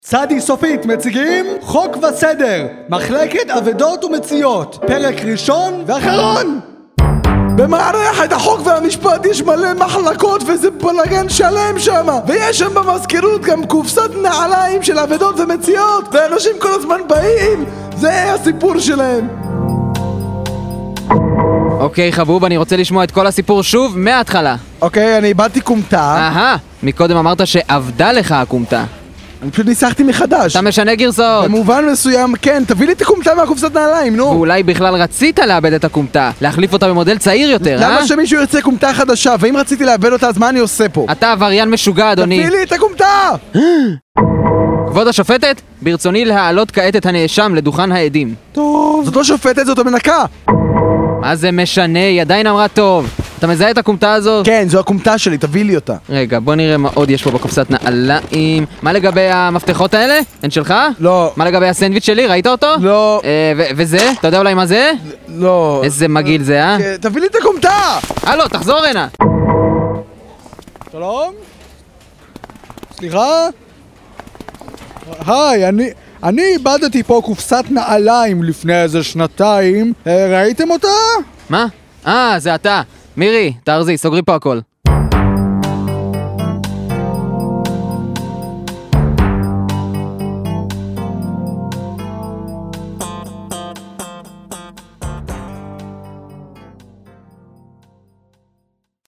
צדי סופית מציגים חוק וסדר, מחלקת אבדות ומציאות, פרק ראשון ואחרון! במערכת החוק והמשפט יש מלא מחלקות וזה בלאגן שלם שם ויש שם במזכירות גם קופסת נעליים של אבדות ומציאות ואנשים כל הזמן באים זה הסיפור שלהם אוקיי, חבוב, אני רוצה לשמוע את כל הסיפור שוב מההתחלה. אוקיי, אני איבדתי כומתה אהה, מקודם אמרת שאבדה לך הכומתה. אני פשוט ניסחתי מחדש אתה משנה גרסאות. במובן מסוים, כן, תביא לי את הכומתה מהקופסת נעליים, נו ואולי בכלל רצית לאבד את הכומתה, להחליף אותה במודל צעיר יותר, אה? למה שמישהו ירצה כומתה חדשה? ואם רציתי לאבד אותה, אז מה אני עושה פה? אתה עבריין משוגע, אדוני. תביא לי את הכומתה! כבוד השופטת, ברצוני להעלות כעת את הנאשם לדוכן העדים. טוב זאת לא שופטת, זאת המנקה מה זה משנה, היא עדיין אמרה טוב. אתה מזהה את הכומתה הזו? כן, זו הכומתה שלי, תביא לי אותה רגע, בוא נראה מה עוד יש פה בקופסת נעליים. מה לגבי המפתחות האלה? הן שלך? לא. מה לגבי הסנדוויץ' שלי? ראית אותו? לא. אה, ו- וזה? אתה יודע אולי מה זה? לא איזה מגעיל זה, אה? כן, תביא לי את הכומתה! הלו, תחזור הנה. שלום? סליחה? היי, אני... אני איבדתי פה קופסת נעליים לפני איזה שנתיים, אה, ראיתם אותה? מה? אה, זה אתה. מירי, תארזי, סוגרים פה הכל.